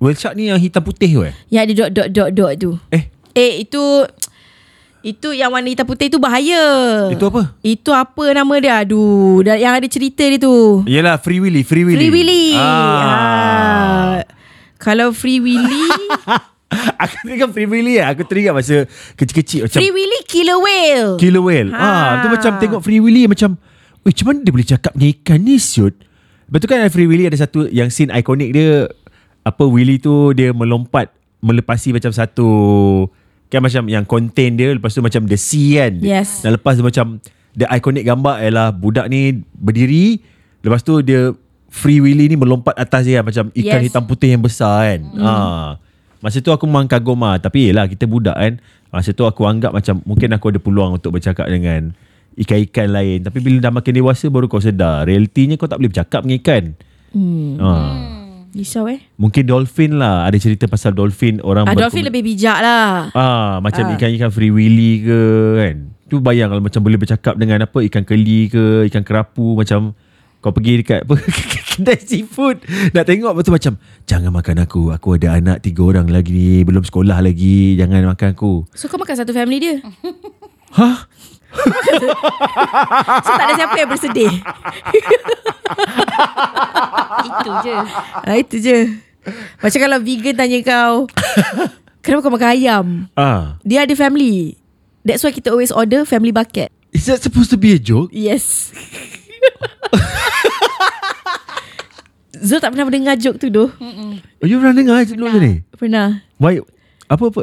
Speaker 1: World Shark ni yang hitam putih tu eh?
Speaker 3: Yang ada dot dot dot dot tu.
Speaker 1: Eh,
Speaker 3: Eh itu itu yang warna hitam putih tu bahaya.
Speaker 1: itu apa?
Speaker 3: Itu apa nama dia? Aduh, dah- yang ada cerita dia tu.
Speaker 1: Yelah Free Willy Free Willy
Speaker 3: Free Willy.
Speaker 1: ah.
Speaker 3: Ah. Kalau Free Willy
Speaker 1: Aku teringat Free Willy lah Aku teringat masa Kecil-kecil macam
Speaker 3: Free Willy killer whale.
Speaker 1: Killer whale
Speaker 3: Ha.
Speaker 1: ah. Tu macam tengok Free Willy Macam Weh macam mana dia boleh cakap Dengan ikan ni siut Betul kan Free Willy ada satu Yang scene ikonik dia Apa Willy tu Dia melompat Melepasi macam satu Kan macam yang contain dia Lepas tu macam the sea kan
Speaker 3: Yes.
Speaker 1: Dan lepas tu macam The ikonik gambar ialah Budak ni berdiri Lepas tu dia Free Willy ni melompat atas dia kan, Macam ikan
Speaker 3: Yes.
Speaker 1: hitam putih yang besar kan mm. ha. Masa tu aku memang kagum lah Tapi yelah kita budak kan Masa tu aku anggap macam Mungkin aku ada peluang untuk bercakap dengan Ikan-ikan lain Tapi bila dah makin dewasa Baru kau sedar Realitinya kau tak boleh bercakap dengan ikan
Speaker 3: Hmm.
Speaker 1: ha.
Speaker 3: Risau eh.
Speaker 1: Mungkin dolphin lah Ada cerita pasal dolphin Orang
Speaker 3: Ah,
Speaker 1: berkomu-
Speaker 3: dolphin lebih bijak lah.
Speaker 1: Ah, macam ikan-ikan free willy ke kan. Tu bayang kalau macam boleh bercakap dengan apa ikan keli ke, ikan kerapu macam kau pergi dekat apa kedai seafood nak tengok betul macam jangan makan aku. Aku ada anak tiga orang lagi ni, belum sekolah lagi. Jangan makan aku.
Speaker 3: So kau makan satu family dia.
Speaker 1: Hah?
Speaker 3: So tak ada siapa yang bersedih.
Speaker 2: Itu je.
Speaker 3: ah, itu je. Macam kalau vegan tanya kau, kenapa kau makan ayam?
Speaker 1: Ah.
Speaker 3: Dia ada family. That's why kita always order family bucket.
Speaker 1: Is that supposed to be a joke?
Speaker 3: Yes. Zul tak pernah mendengar joke tu doh.
Speaker 1: You pernah dengar sebelum ni?
Speaker 3: Pernah.
Speaker 1: Why apa apa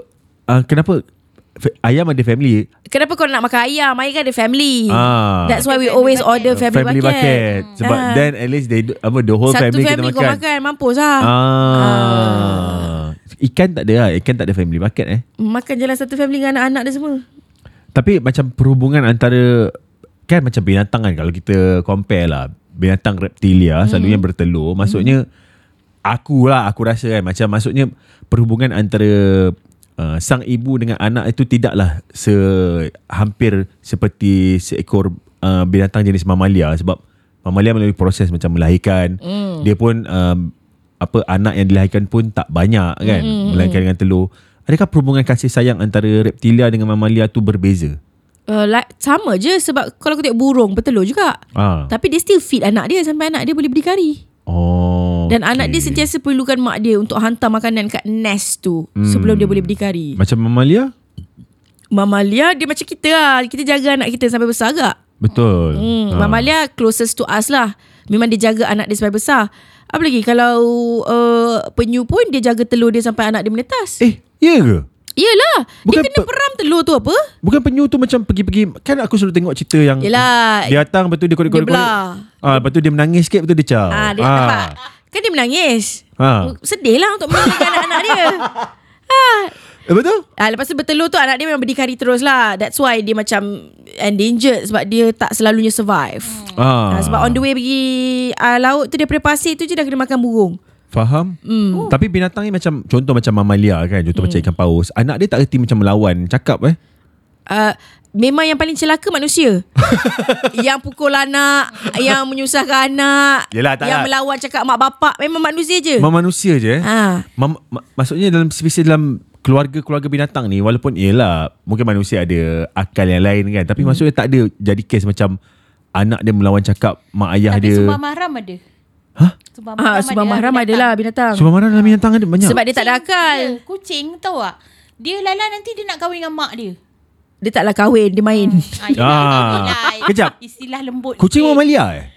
Speaker 1: ah, kenapa fa- ayam ada family?
Speaker 3: Kenapa kau nak makan ayam? Ayam kan ada family.
Speaker 1: Ah.
Speaker 3: That's why we always order family,
Speaker 1: family bucket.
Speaker 3: bucket.
Speaker 1: Sebab
Speaker 3: Ah.
Speaker 1: then at least they do, apa the whole
Speaker 3: Satu
Speaker 1: family,
Speaker 3: family,
Speaker 1: kena
Speaker 3: kau makan. Mampus lah
Speaker 1: Ah. Ikan tak ada lah. Ikan tak ada family bucket eh.
Speaker 3: Makan je lah satu family Dengan anak-anak dia semua
Speaker 1: Tapi macam perhubungan antara kan macam binatang kan kalau kita compare lah binatang reptilia mm. selalunya bertelur maksudnya aku lah aku rasa kan macam maksudnya perhubungan antara uh, sang ibu dengan anak itu tidaklah se hampir seperti seekor uh, binatang jenis mamalia sebab mamalia melalui proses macam melahirkan mm. dia pun um, apa anak yang dilahirkan pun tak banyak kan mm. melahirkan dengan telur adakah perhubungan kasih sayang antara reptilia dengan mamalia tu berbeza
Speaker 3: uh, like, Sama je Sebab kalau kau tengok burung Bertelur juga
Speaker 1: Ah.
Speaker 3: Tapi dia still feed anak dia Sampai anak dia boleh berdikari
Speaker 1: Oh.
Speaker 3: Dan
Speaker 1: okay.
Speaker 3: anak dia sentiasa perlukan
Speaker 1: Hmm.
Speaker 3: mak dia Untuk hantar makanan kat nest tu Sebelum dia boleh berdikari
Speaker 1: Macam mamalia?
Speaker 3: mamalia dia macam kita lah. Kita jaga anak kita sampai besar agak.
Speaker 1: Betul.
Speaker 3: Hmm, ha. Mamalia closest to us lah. Memang dia jaga anak dia sampai besar. Apa lagi kalau uh, penyu pun dia jaga telur dia sampai anak dia menetas.
Speaker 1: Eh, ya ke?
Speaker 3: Yelah Dia
Speaker 1: Bukan
Speaker 3: kena
Speaker 1: pe-
Speaker 3: peram telur tu apa
Speaker 1: Bukan penyu tu macam pergi-pergi Kan aku selalu tengok cerita yang
Speaker 3: Yelah.
Speaker 1: Dia datang Lepas tu dia korek-korek
Speaker 3: Dia belah.
Speaker 1: ah, Lepas tu dia menangis sikit Lepas tu dia caw
Speaker 3: Ah, dia tak dapat Kan dia menangis
Speaker 1: Ah.
Speaker 3: Sedih lah untuk menangis anak-anak dia ah.
Speaker 1: Lepas tu
Speaker 3: Ah, lepas tu bertelur tu anak dia memang berdikari terus lah That's why dia macam endangered Sebab dia tak selalunya survive
Speaker 1: ah.
Speaker 3: ah. Sebab on the way pergi ah, laut tu Daripada pasir tu je dah kena makan burung
Speaker 1: Faham? Mm. Tapi binatang ni macam Contoh macam mamalia kan Contoh
Speaker 3: Mm.
Speaker 1: macam ikan paus Anak dia tak reti macam melawan Cakap eh
Speaker 3: uh, Memang yang paling celaka manusia Yang pukul anak Yang menyusahkan anak
Speaker 1: Yelah, tak
Speaker 3: Yang
Speaker 1: lah.
Speaker 3: melawan cakap mak bapak Memang manusia je
Speaker 1: Memang manusia je eh
Speaker 3: Ah.
Speaker 1: Mam, ma, maksudnya dalam spesies dalam keluarga-keluarga binatang ni walaupun ialah mungkin manusia ada akal yang lain kan tapi hmm. maksudnya tak ada jadi kes macam anak dia melawan cakap mak ayah
Speaker 2: Tapi
Speaker 1: dia. Ha?
Speaker 2: Subang Mahram ada.
Speaker 1: Hah?
Speaker 2: Subang
Speaker 3: Ah, Subang Mahram adalah binatang
Speaker 1: Subang Mahram dalam binatang ada banyak.
Speaker 3: Sebab dia tak ada akal
Speaker 2: Dia, kucing tahu tak? Dia Lala nanti dia nak kahwin dengan mak dia.
Speaker 3: Dia taklah kahwin Dia main
Speaker 2: Ah,
Speaker 1: Ah.
Speaker 2: yelah, yelah, yelah.
Speaker 1: Kejap.
Speaker 2: Istilah lembut.
Speaker 1: Kucing mamalia eh?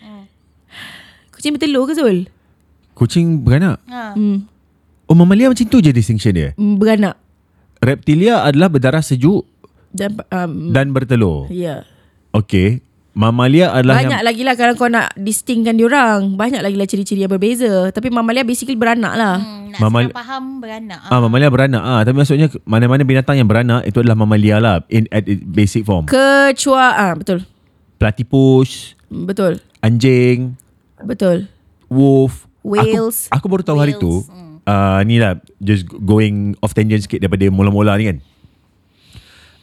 Speaker 3: Kucing bertelur ke Zul?
Speaker 1: Kucing beranak.
Speaker 2: Ha.
Speaker 3: Hmm,
Speaker 1: Oh mamalia macam tu je distinction dia.
Speaker 3: mm, beranak
Speaker 1: Reptilia adalah berdarah sejuk
Speaker 3: Dan um,
Speaker 1: dan bertelur.
Speaker 3: Ya yeah.
Speaker 1: Okey. Mamalia adalah yang
Speaker 3: Banyak lagi lah kalau kau nak distingkan diorang Banyak lagi lah ciri-ciri yang berbeza Tapi Mamalia basically beranak lah
Speaker 2: Hmm, nak
Speaker 1: Mamal-
Speaker 2: senang faham beranak.
Speaker 1: Ah, mamalia beranak ah. Tapi maksudnya mana-mana binatang yang beranak itu adalah mamalia lah in at its basic form.
Speaker 3: Kecuali ah, Betul
Speaker 1: Platypus,
Speaker 3: Betul
Speaker 1: anjing,
Speaker 3: Betul
Speaker 1: wolf,
Speaker 3: Whales.
Speaker 1: Aku, aku baru tahu hari tu. Uh, ni lah just going off tangent sikit daripada mula-mula ni kan.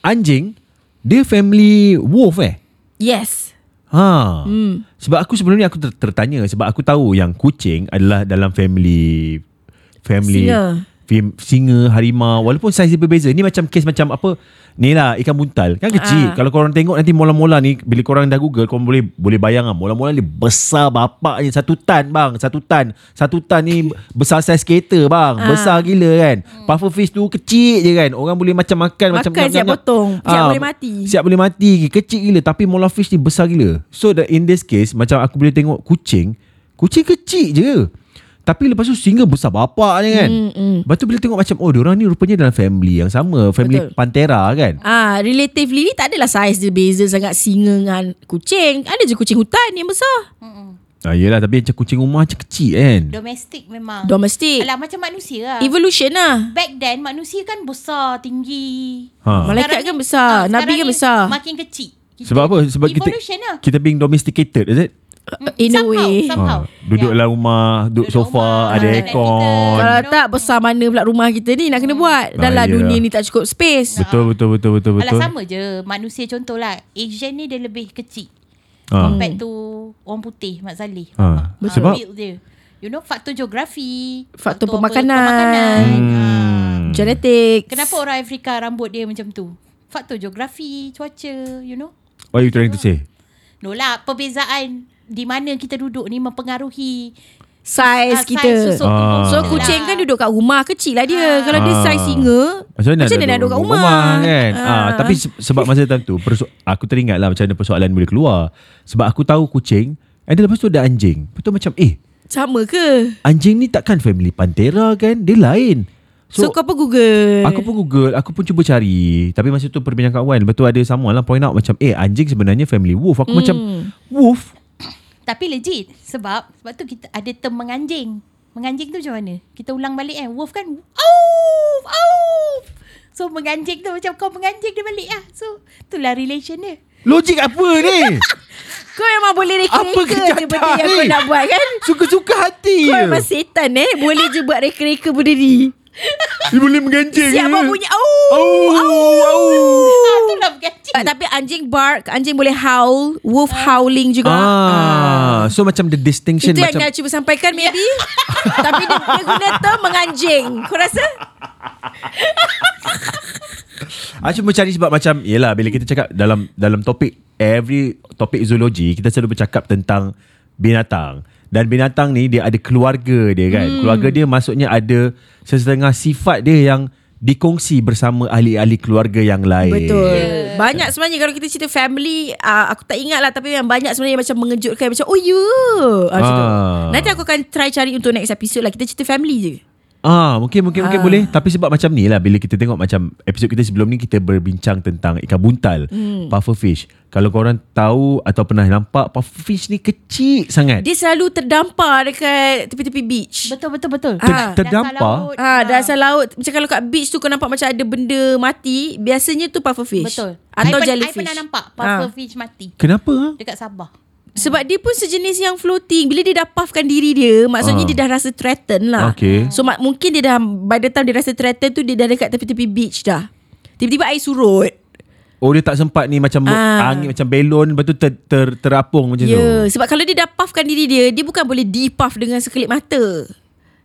Speaker 1: Anjing dia family wolf eh.
Speaker 3: Yes
Speaker 1: Ha. Hmm. Sebab aku sebelum ni aku ter- tertanya sebab aku tahu yang kucing adalah dalam family family
Speaker 3: Singa.
Speaker 1: Fam, singa, harimau walaupun saiz dia berbeza. Ni macam kes macam apa? Ni lah ikan buntal. Kan kecil.
Speaker 3: Ah.
Speaker 1: Kalau korang tengok nanti mola-mola ni bila korang dah Google korang boleh boleh bayang lah. Mola-mola ni besar bapaknya satu tan bang, satu tan. Satu tan ni besar saiz kereta bang.
Speaker 3: Ah.
Speaker 1: Besar gila kan. Pufferfish tu kecil je kan. Orang boleh macam makan
Speaker 3: Hmm. Makan
Speaker 1: macam
Speaker 3: siap
Speaker 1: ngap-ngap.
Speaker 3: potong, siap
Speaker 1: Ah,
Speaker 3: boleh mati.
Speaker 1: Siap boleh mati Kecil gila Tapi molar fish ni besar gila So that in this case Macam aku boleh tengok kucing Kucing kecil je Tapi lepas tu singa besar bapak je kan
Speaker 2: Hmm,
Speaker 1: mm, mm. Lepas tu bila tengok macam Oh diorang ni rupanya dalam family yang sama Family
Speaker 3: Betul.
Speaker 1: Betul. Pantera kan
Speaker 3: Ah, relatively ni tak adalah saiz dia beza sangat singa dengan kucing. Ada je kucing hutan yang besar.
Speaker 2: Hmm.
Speaker 1: ah, Yelah tapi macam kucing rumah macam kecil kan
Speaker 2: Domestik memang.
Speaker 3: Domestik.
Speaker 2: Alah, macam manusia lah.
Speaker 3: Evolution lah.
Speaker 2: Back then, manusia kan besar, tinggi.
Speaker 1: ha.
Speaker 3: Malaikat
Speaker 2: Sekarang
Speaker 3: kan
Speaker 2: ni-
Speaker 3: besar,
Speaker 2: ah,
Speaker 3: Nabi
Speaker 2: sekarang
Speaker 3: kan
Speaker 2: ni
Speaker 3: besar.
Speaker 2: Makin kecil. Kita-
Speaker 1: Sebab apa? Sebab kita
Speaker 2: Evolution lah.
Speaker 1: Kita being domesticated is it?
Speaker 2: Mm,
Speaker 3: In a way.
Speaker 2: Somehow. Ya.
Speaker 1: Ha. Duduk dalam rumah Duduk
Speaker 2: Duduk
Speaker 1: sofa
Speaker 2: rumah,
Speaker 1: Ada
Speaker 2: ada
Speaker 1: aircon
Speaker 2: heater.
Speaker 3: Kalau tak besar mana pula rumah kita ni nak kena buat. Dah lah
Speaker 1: Ah, ya.
Speaker 3: dunia ni tak cukup space.
Speaker 1: Betul betul betul betul
Speaker 2: Alah
Speaker 1: betul.
Speaker 2: sama je Manusia contohlah Asian ni dia lebih kecil
Speaker 1: Ha.
Speaker 2: Compared to Orang putih Mak Saleh
Speaker 1: Ha.
Speaker 2: Ah,
Speaker 1: Sebab
Speaker 2: build dia You know faktor geografi
Speaker 3: Faktor
Speaker 2: apa-
Speaker 3: pemakanan.
Speaker 1: Hmm.
Speaker 2: Ah.
Speaker 3: Genetics.
Speaker 2: Kenapa orang Afrika Rambut dia macam tu Faktor geografi Cuaca You know
Speaker 1: What are you trying to say?
Speaker 2: No lah Perbezaan Di mana kita duduk ni Mempengaruhi ah,
Speaker 3: Saiz kita.
Speaker 2: susup tubuh
Speaker 1: Ah.
Speaker 2: kita
Speaker 3: So
Speaker 2: lah.
Speaker 3: kucing kan duduk kat rumah kecil lah dia. Kalau dia
Speaker 1: Ah.
Speaker 3: saiz singa,
Speaker 1: Macam mana,
Speaker 3: macam mana nak duduk kat rumah?
Speaker 1: kan? Ah. Ah, tapi se- sebab masa time tu perso- aku teringat lah macam mana persoalan boleh keluar. Sebab aku tahu kucing and then lepas tu ada anjing. Lepas tu macam eh
Speaker 3: Sama ke?
Speaker 1: anjing ni takkan family Pantera kan? Dia lain.
Speaker 3: So,
Speaker 1: So,
Speaker 3: kau pun Google.
Speaker 1: aku pun google, aku pun cuba cari. Tapi masa tu perbincangan kawan. Lepas tu ada someone lah point out macam eh anjing sebenarnya family wolf.
Speaker 3: Hmm.
Speaker 1: Aku macam wolf?
Speaker 2: Tapi legit sebab sebab tu kita ada term menganjing. Menganjing tu macam mana? Kita ulang balik kan. Wolf kan auf auf. So menganjing tu macam kau menganjing dia balik lah. So itulah relation dia.
Speaker 1: Logik apa ni?
Speaker 3: Kau memang boleh
Speaker 1: apa
Speaker 3: reka-reka je benda
Speaker 1: kejadian
Speaker 3: yang kau
Speaker 1: ni?
Speaker 3: nak buat kan?
Speaker 1: Suka-suka hati
Speaker 3: Kau
Speaker 1: je.
Speaker 3: memang setan eh. Boleh je buat reka-reka benda ni.
Speaker 1: Dia boleh menganjing.
Speaker 3: Siap
Speaker 1: ke?
Speaker 3: buat bunyi. Oh.
Speaker 1: Ya, Au, au.
Speaker 2: Ha, itulah menganjing.
Speaker 3: Tak, tapi anjing bark, anjing boleh howl, wolf howling juga.
Speaker 1: Ah, so macam the distinction
Speaker 3: Itu yang
Speaker 1: macam
Speaker 3: nak cuba sampaikan maybe. tapi dia, dia guna term menganjing. Kau rasa?
Speaker 1: Eh. Aku Ah, cuma cari sebab macam Yelah bila kita cakap Dalam dalam topik Every topik zoologi Kita selalu bercakap tentang Binatang Dan
Speaker 3: Hmm.
Speaker 1: binatang ni Dia ada keluarga dia kan Keluarga dia maksudnya ada Sesetengah sifat dia yang dikongsi bersama ahli-ahli keluarga yang lain.
Speaker 3: Betul. Yeah. Ya. Banyak sebenarnya kalau kita cerita family, uh, aku tak ingat lah tapi yang banyak sebenarnya macam mengejutkan macam oh you. Ah, macam tu.
Speaker 1: Ah.
Speaker 3: Nanti aku akan try cari untuk next episode lah. Kita cerita family je.
Speaker 1: Ah, mungkin mungkin mungkin boleh. Tapi sebab macam ni lah bila kita tengok macam episod kita sebelum ni kita berbincang tentang ikan buntal, hmm. pufferfish. Kalau korang tahu atau pernah nampak pufferfish ni kecil sangat.
Speaker 3: Dia selalu terdampar dekat tepi-tepi beach.
Speaker 2: Betul betul betul.
Speaker 1: Ter-
Speaker 2: Ah.
Speaker 1: terdampar?
Speaker 2: Dasar laut, lah.
Speaker 3: Ah, dasar laut Macam kalau kat beach tu Kau nampak macam ada benda mati Biasanya tu pufferfish
Speaker 2: Betul.
Speaker 3: Atau
Speaker 2: I pen-
Speaker 3: jellyfish
Speaker 2: I pernah nampak
Speaker 3: Ah.
Speaker 2: pufferfish mati
Speaker 1: Kenapa? Ha?
Speaker 2: dekat Sabah.
Speaker 3: Sebab dia pun sejenis yang floating Bila dia dah puffkan diri dia Maksudnya
Speaker 1: Ah.
Speaker 3: dia dah rasa threatened lah
Speaker 1: Okay.
Speaker 3: So mak, mungkin dia dah By the time dia rasa threatened tu Dia dah dekat tepi-tepi beach dah Tiba-tiba air surut
Speaker 1: Oh dia tak sempat ni macam
Speaker 3: Ah.
Speaker 1: ah. angin macam belon lepas tu ter, ter, terapung macam
Speaker 3: Ya yeah.
Speaker 1: tu.
Speaker 3: Sebab kalau dia dah puffkan diri dia Dia bukan boleh depuff dengan sekelip mata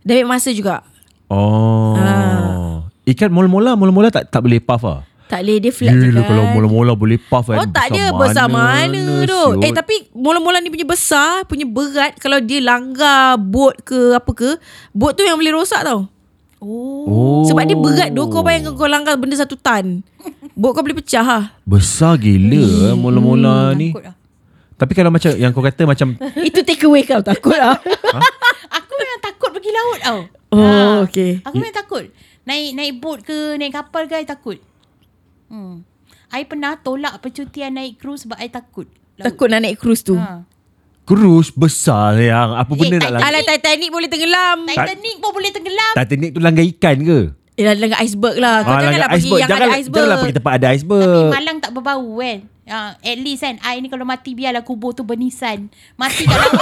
Speaker 3: Dah ambil masa juga
Speaker 1: Oh.
Speaker 3: Ah.
Speaker 1: Ikan mula-mula mula-mula tak tak boleh puff ah.
Speaker 3: Tak boleh dia flat je
Speaker 1: Gila
Speaker 3: kan
Speaker 1: kalau mula-mula boleh puff kan.
Speaker 3: Oh tak dia besar mana tu Eh tapi mula-mula ni punya besar Punya berat Kalau dia langgar bot ke apa ke Bot tu yang boleh rosak tau
Speaker 2: Oh.
Speaker 1: oh.
Speaker 3: Sebab dia berat tu Kau bayangkan kau langgar benda satu tan Bot kau boleh pecah ha.
Speaker 1: Besar gila eh,
Speaker 3: Hmm,
Speaker 1: mula-mula ni.
Speaker 2: takut lah.
Speaker 1: Tapi kalau macam yang kau kata macam
Speaker 3: Itu take away kau takut lah
Speaker 2: Aku memang takut pergi laut tau.
Speaker 3: Oh,
Speaker 2: Ah.
Speaker 3: okay.
Speaker 2: Aku memang takut. Naik naik boat ke, naik kapal ke, I takut. Hmm. I pernah tolak percutian naik cruise sebab I takut. laut.
Speaker 3: Takut nak naik cruise tu
Speaker 2: Ha.
Speaker 1: Cruise besar yang Apa benda
Speaker 2: Eh,
Speaker 1: nak
Speaker 2: tak-
Speaker 1: langgar
Speaker 3: Alah Titanic boleh tenggelam
Speaker 2: Titanic pun boleh tenggelam.
Speaker 1: Titanic tu langgar ikan ke?
Speaker 3: Eh dah langgar iceberg lah Kau
Speaker 1: Ah,
Speaker 3: janganlah
Speaker 1: langgar
Speaker 3: pergi yang
Speaker 1: janganlah,
Speaker 3: ada iceberg
Speaker 1: Janganlah pergi tempat ada
Speaker 2: Tapi
Speaker 1: iceberg
Speaker 2: Malang tak berbau kan. Uh, at least kan, I ni kalau mati biarlah kubur tu bernisan. Mati kat laut.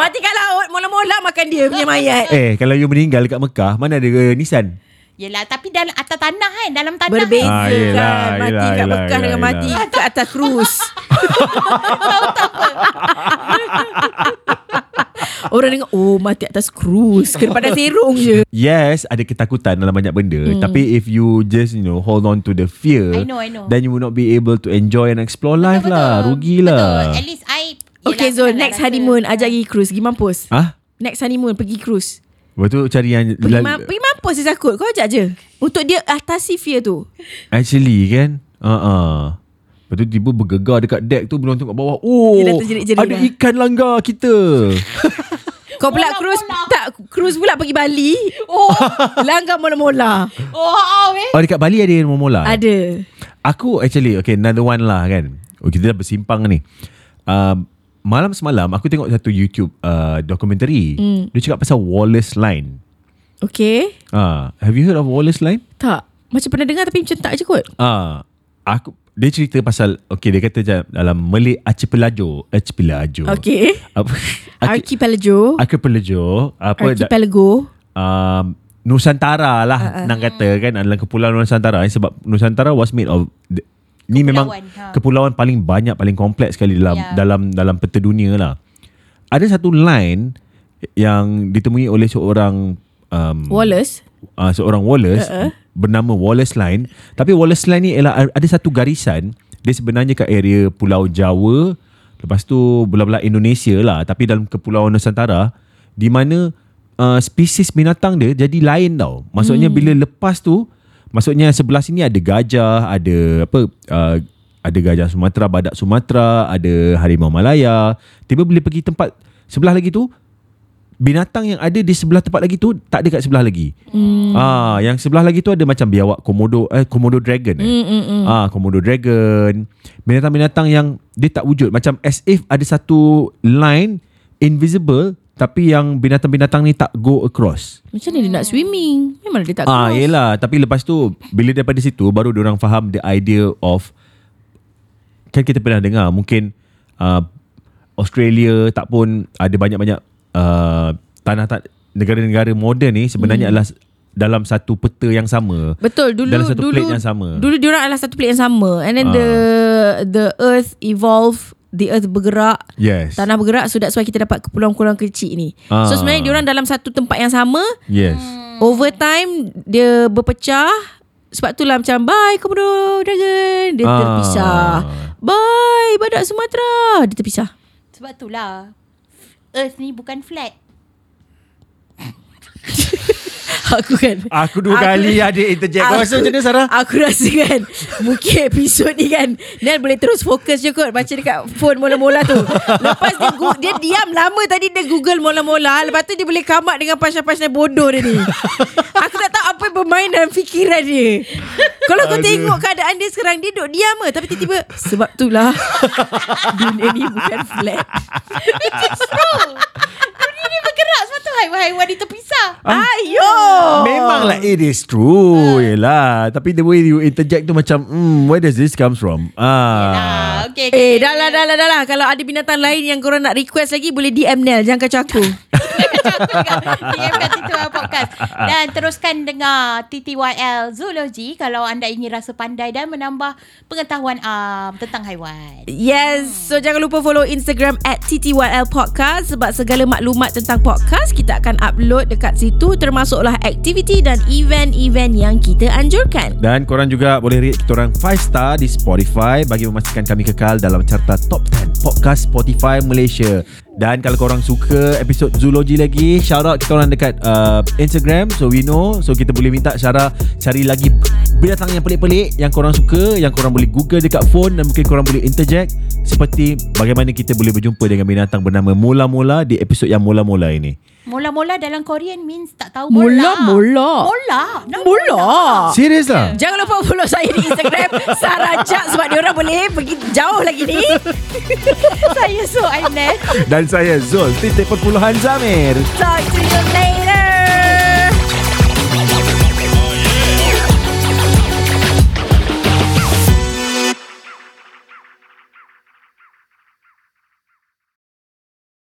Speaker 3: Mati kat laut Mula-mula makan dia punya mayat
Speaker 1: Eh kalau you meninggal dekat Mekah Mana ada eh, nisan
Speaker 2: Yelah, tapi dalam atas tanah kan. Dalam tanah
Speaker 3: Berbeza
Speaker 1: Ah,
Speaker 3: ah,
Speaker 1: yelah,
Speaker 3: kan Mati
Speaker 1: yelah,
Speaker 3: kat
Speaker 1: yelah,
Speaker 3: Mekah
Speaker 1: yelah,
Speaker 3: dengan mati
Speaker 1: yelah.
Speaker 3: kat atas cruise Orang dengar Oh mati atas cruise Kena pada serong je
Speaker 1: Yes Ada ketakutan dalam banyak benda Tapi if you just you know Hold on to the fear
Speaker 2: Hmm. I know, I know.
Speaker 1: Then you will not be able to enjoy And explore life
Speaker 2: Betul,
Speaker 1: lah
Speaker 2: betul.
Speaker 1: Rugilah
Speaker 2: Betul. At least I... yelah,
Speaker 3: Okay
Speaker 2: aku
Speaker 3: Zul
Speaker 2: tak
Speaker 3: Next
Speaker 2: rasa-
Speaker 3: honeymoon Ajak pergi cruise Pergi mampus
Speaker 1: Ah,
Speaker 3: Next honeymoon Pergi cruise
Speaker 1: Lepas tu cari yang
Speaker 3: Pergi,
Speaker 1: lal-
Speaker 3: ma- pergi mampus dia takut Kau ajak je Untuk dia atasi fear tu
Speaker 1: Actually kan uh-uh. Lepas tu tiba bergegar dekat deck tu Belum tengok bawah Oh
Speaker 3: Dia dah terjerit-jerit lah.
Speaker 1: Ada
Speaker 3: dah.
Speaker 1: ikan langgar kita
Speaker 3: Kau pula
Speaker 2: Mola,
Speaker 3: cruise
Speaker 2: mola.
Speaker 3: Tak Cruise pula pergi Bali Oh Langgar mula-mula
Speaker 2: Oh, oh, eh.
Speaker 1: Oh dekat Bali ada yang momola
Speaker 3: Ada
Speaker 1: Aku actually Okay another one lah kan oh, Kita dah bersimpang ni uh, Malam semalam Aku tengok satu YouTube uh, Dokumentari
Speaker 3: Hmm.
Speaker 1: mm. Dia cakap pasal Wallace Line
Speaker 3: Okay
Speaker 1: uh, Have you heard of Wallace Line?
Speaker 3: Tak Macam pernah dengar Tapi macam tak je kot
Speaker 1: Ah, aku dia cerita pasal okay dia kata macam dalam Malay archipelago archipelago.
Speaker 3: Okay
Speaker 1: Apa archi,
Speaker 3: Archipelago
Speaker 1: archipelago apa da,
Speaker 3: Archipelago
Speaker 1: um, Nusantara lah uh,
Speaker 2: Ah,
Speaker 1: nak kata kan adalah kepulauan Nusantara eh, sebab Nusantara was made of the, ni memang ha.
Speaker 2: ha.
Speaker 1: kepulauan paling banyak paling kompleks sekali dalam
Speaker 2: Ya.
Speaker 1: yeah. dalam dalam peta dunia lah. Ada satu line yang ditemui oleh seorang um,
Speaker 3: Wallace
Speaker 1: uh, seorang Wallace uh-uh. bernama Wallace Line. Tapi Wallace Line ni ialah ada satu garisan dia sebenarnya kat area Pulau Jawa, lepas tu belah-belah Indonesia lah tapi dalam kepulauan Nusantara di mana uh, spesies binatang dia jadi lain tau. Maksudnya hmm. bila lepas tu maksudnya sebelah sini ada gajah, ada apa uh, ada gajah Sumatera, badak Sumatera, ada harimau Malaya. Tiba bila pergi tempat sebelah lagi tu binatang yang ada di sebelah tempat lagi tu tak ada kat sebelah lagi. Hmm. Ah, yang sebelah lagi tu ada macam biawak komodo eh komodo dragon eh. Hmm, Ah, komodo dragon. Binatang-binatang yang dia tak wujud macam as if ada satu line invisible tapi yang binatang-binatang ni tak go across.
Speaker 3: Macam mana dia nak swimming Memang dia tak
Speaker 1: Ah,
Speaker 3: cross.
Speaker 1: yelah. Tapi lepas tu, bila daripada situ, baru orang faham the idea of... Kan kita pernah dengar, mungkin uh, Australia tak pun ada banyak-banyak uh, tanah tak negara-negara moden ni sebenarnya hmm. adalah s- dalam satu peta yang sama.
Speaker 3: Betul dulu
Speaker 1: Dalam satu
Speaker 3: dulu
Speaker 1: plate yang sama. Ah.
Speaker 3: Dulu diorang adalah satu plate yang sama and then the the earth evolve, the earth bergerak,
Speaker 1: Yes.
Speaker 3: tanah bergerak so that's why kita dapat kepulauan-kepulauan kecil ni.
Speaker 1: Ah.
Speaker 3: So sebenarnya diorang dalam satu tempat yang sama,
Speaker 1: Yes.
Speaker 3: over time dia berpecah sebab tu lah macam Bye Komodo Dragon Dia
Speaker 1: Ah.
Speaker 3: terpisah Bye Badak Sumatera Dia terpisah
Speaker 2: Sebab tu lah. Earth ni bukan flat.
Speaker 3: Aku kan
Speaker 1: Aku dua kali ada interject. Kau rasa macam mana, Sarah?
Speaker 3: Ah, Aku rasa kan Mungkin episod ni kan Nan boleh terus fokus je kot Baca dekat phone mula-mula tu Lepas dia, gu- dia diam lama tadi Dia google mula-mula Lepas tu dia boleh come up Dengan pasal-pasal bodoh dia ni Aku tak tahu apa yang bermain dalam fikiran dia Kalau kau
Speaker 1: Aduh.
Speaker 3: tengok keadaan dia sekarang Dia duduk diam ke Tapi tiba-tiba Sebab itulah Dunia ni bukan flat
Speaker 2: Bro Dunia ni bergerak Sebab tu hai wanita pisah
Speaker 1: Ah.
Speaker 3: Ayo
Speaker 1: Memanglah it is true Yelah Tapi the way you interject tu macam hmm, Where does this comes from
Speaker 2: Ah,
Speaker 1: ah.
Speaker 2: okay, okay.
Speaker 3: Eh dah lah dah lah dah lah Kalau ada binatang lain Yang korang nak request lagi Boleh DM Nel Jangan kacau aku
Speaker 2: DM kat TTYL Podcast Dan teruskan dengar TTYL Zoology Kalau anda ingin rasa pandai Dan menambah pengetahuan um, Tentang haiwan
Speaker 3: Yes So jangan lupa follow Instagram At TTYL Podcast Sebab segala maklumat Tentang podcast Kita akan upload Dekat situ Termasuklah aktiviti Dan event-event Yang kita anjurkan
Speaker 1: Dan korang juga boleh rate kita orang 5 star di Spotify Bagi memastikan kami kekal dalam carta top 10 podcast Spotify Malaysia Dan kalau korang suka episod zoologi lagi Shout out kita orang dekat uh, Instagram So we know So kita boleh minta Syara cari lagi binatang yang pelik-pelik Yang korang suka Yang korang boleh google dekat phone Dan mungkin korang boleh interject Seperti bagaimana kita boleh berjumpa dengan binatang bernama Mola-Mola Di episod yang Mola-Mola ini
Speaker 2: Mula-mula dalam Korean means tak tahu
Speaker 3: Mula-mula.
Speaker 2: Mula Nak
Speaker 3: Mula
Speaker 1: Serius lah?
Speaker 3: Jangan lupa follow saya di Instagram Sarajak Sebab diorang boleh Pergi jauh lagi ni
Speaker 2: Saya so I'm
Speaker 1: Dan saya Zul Titik Perpuluhan Zamir
Speaker 3: Talk to you later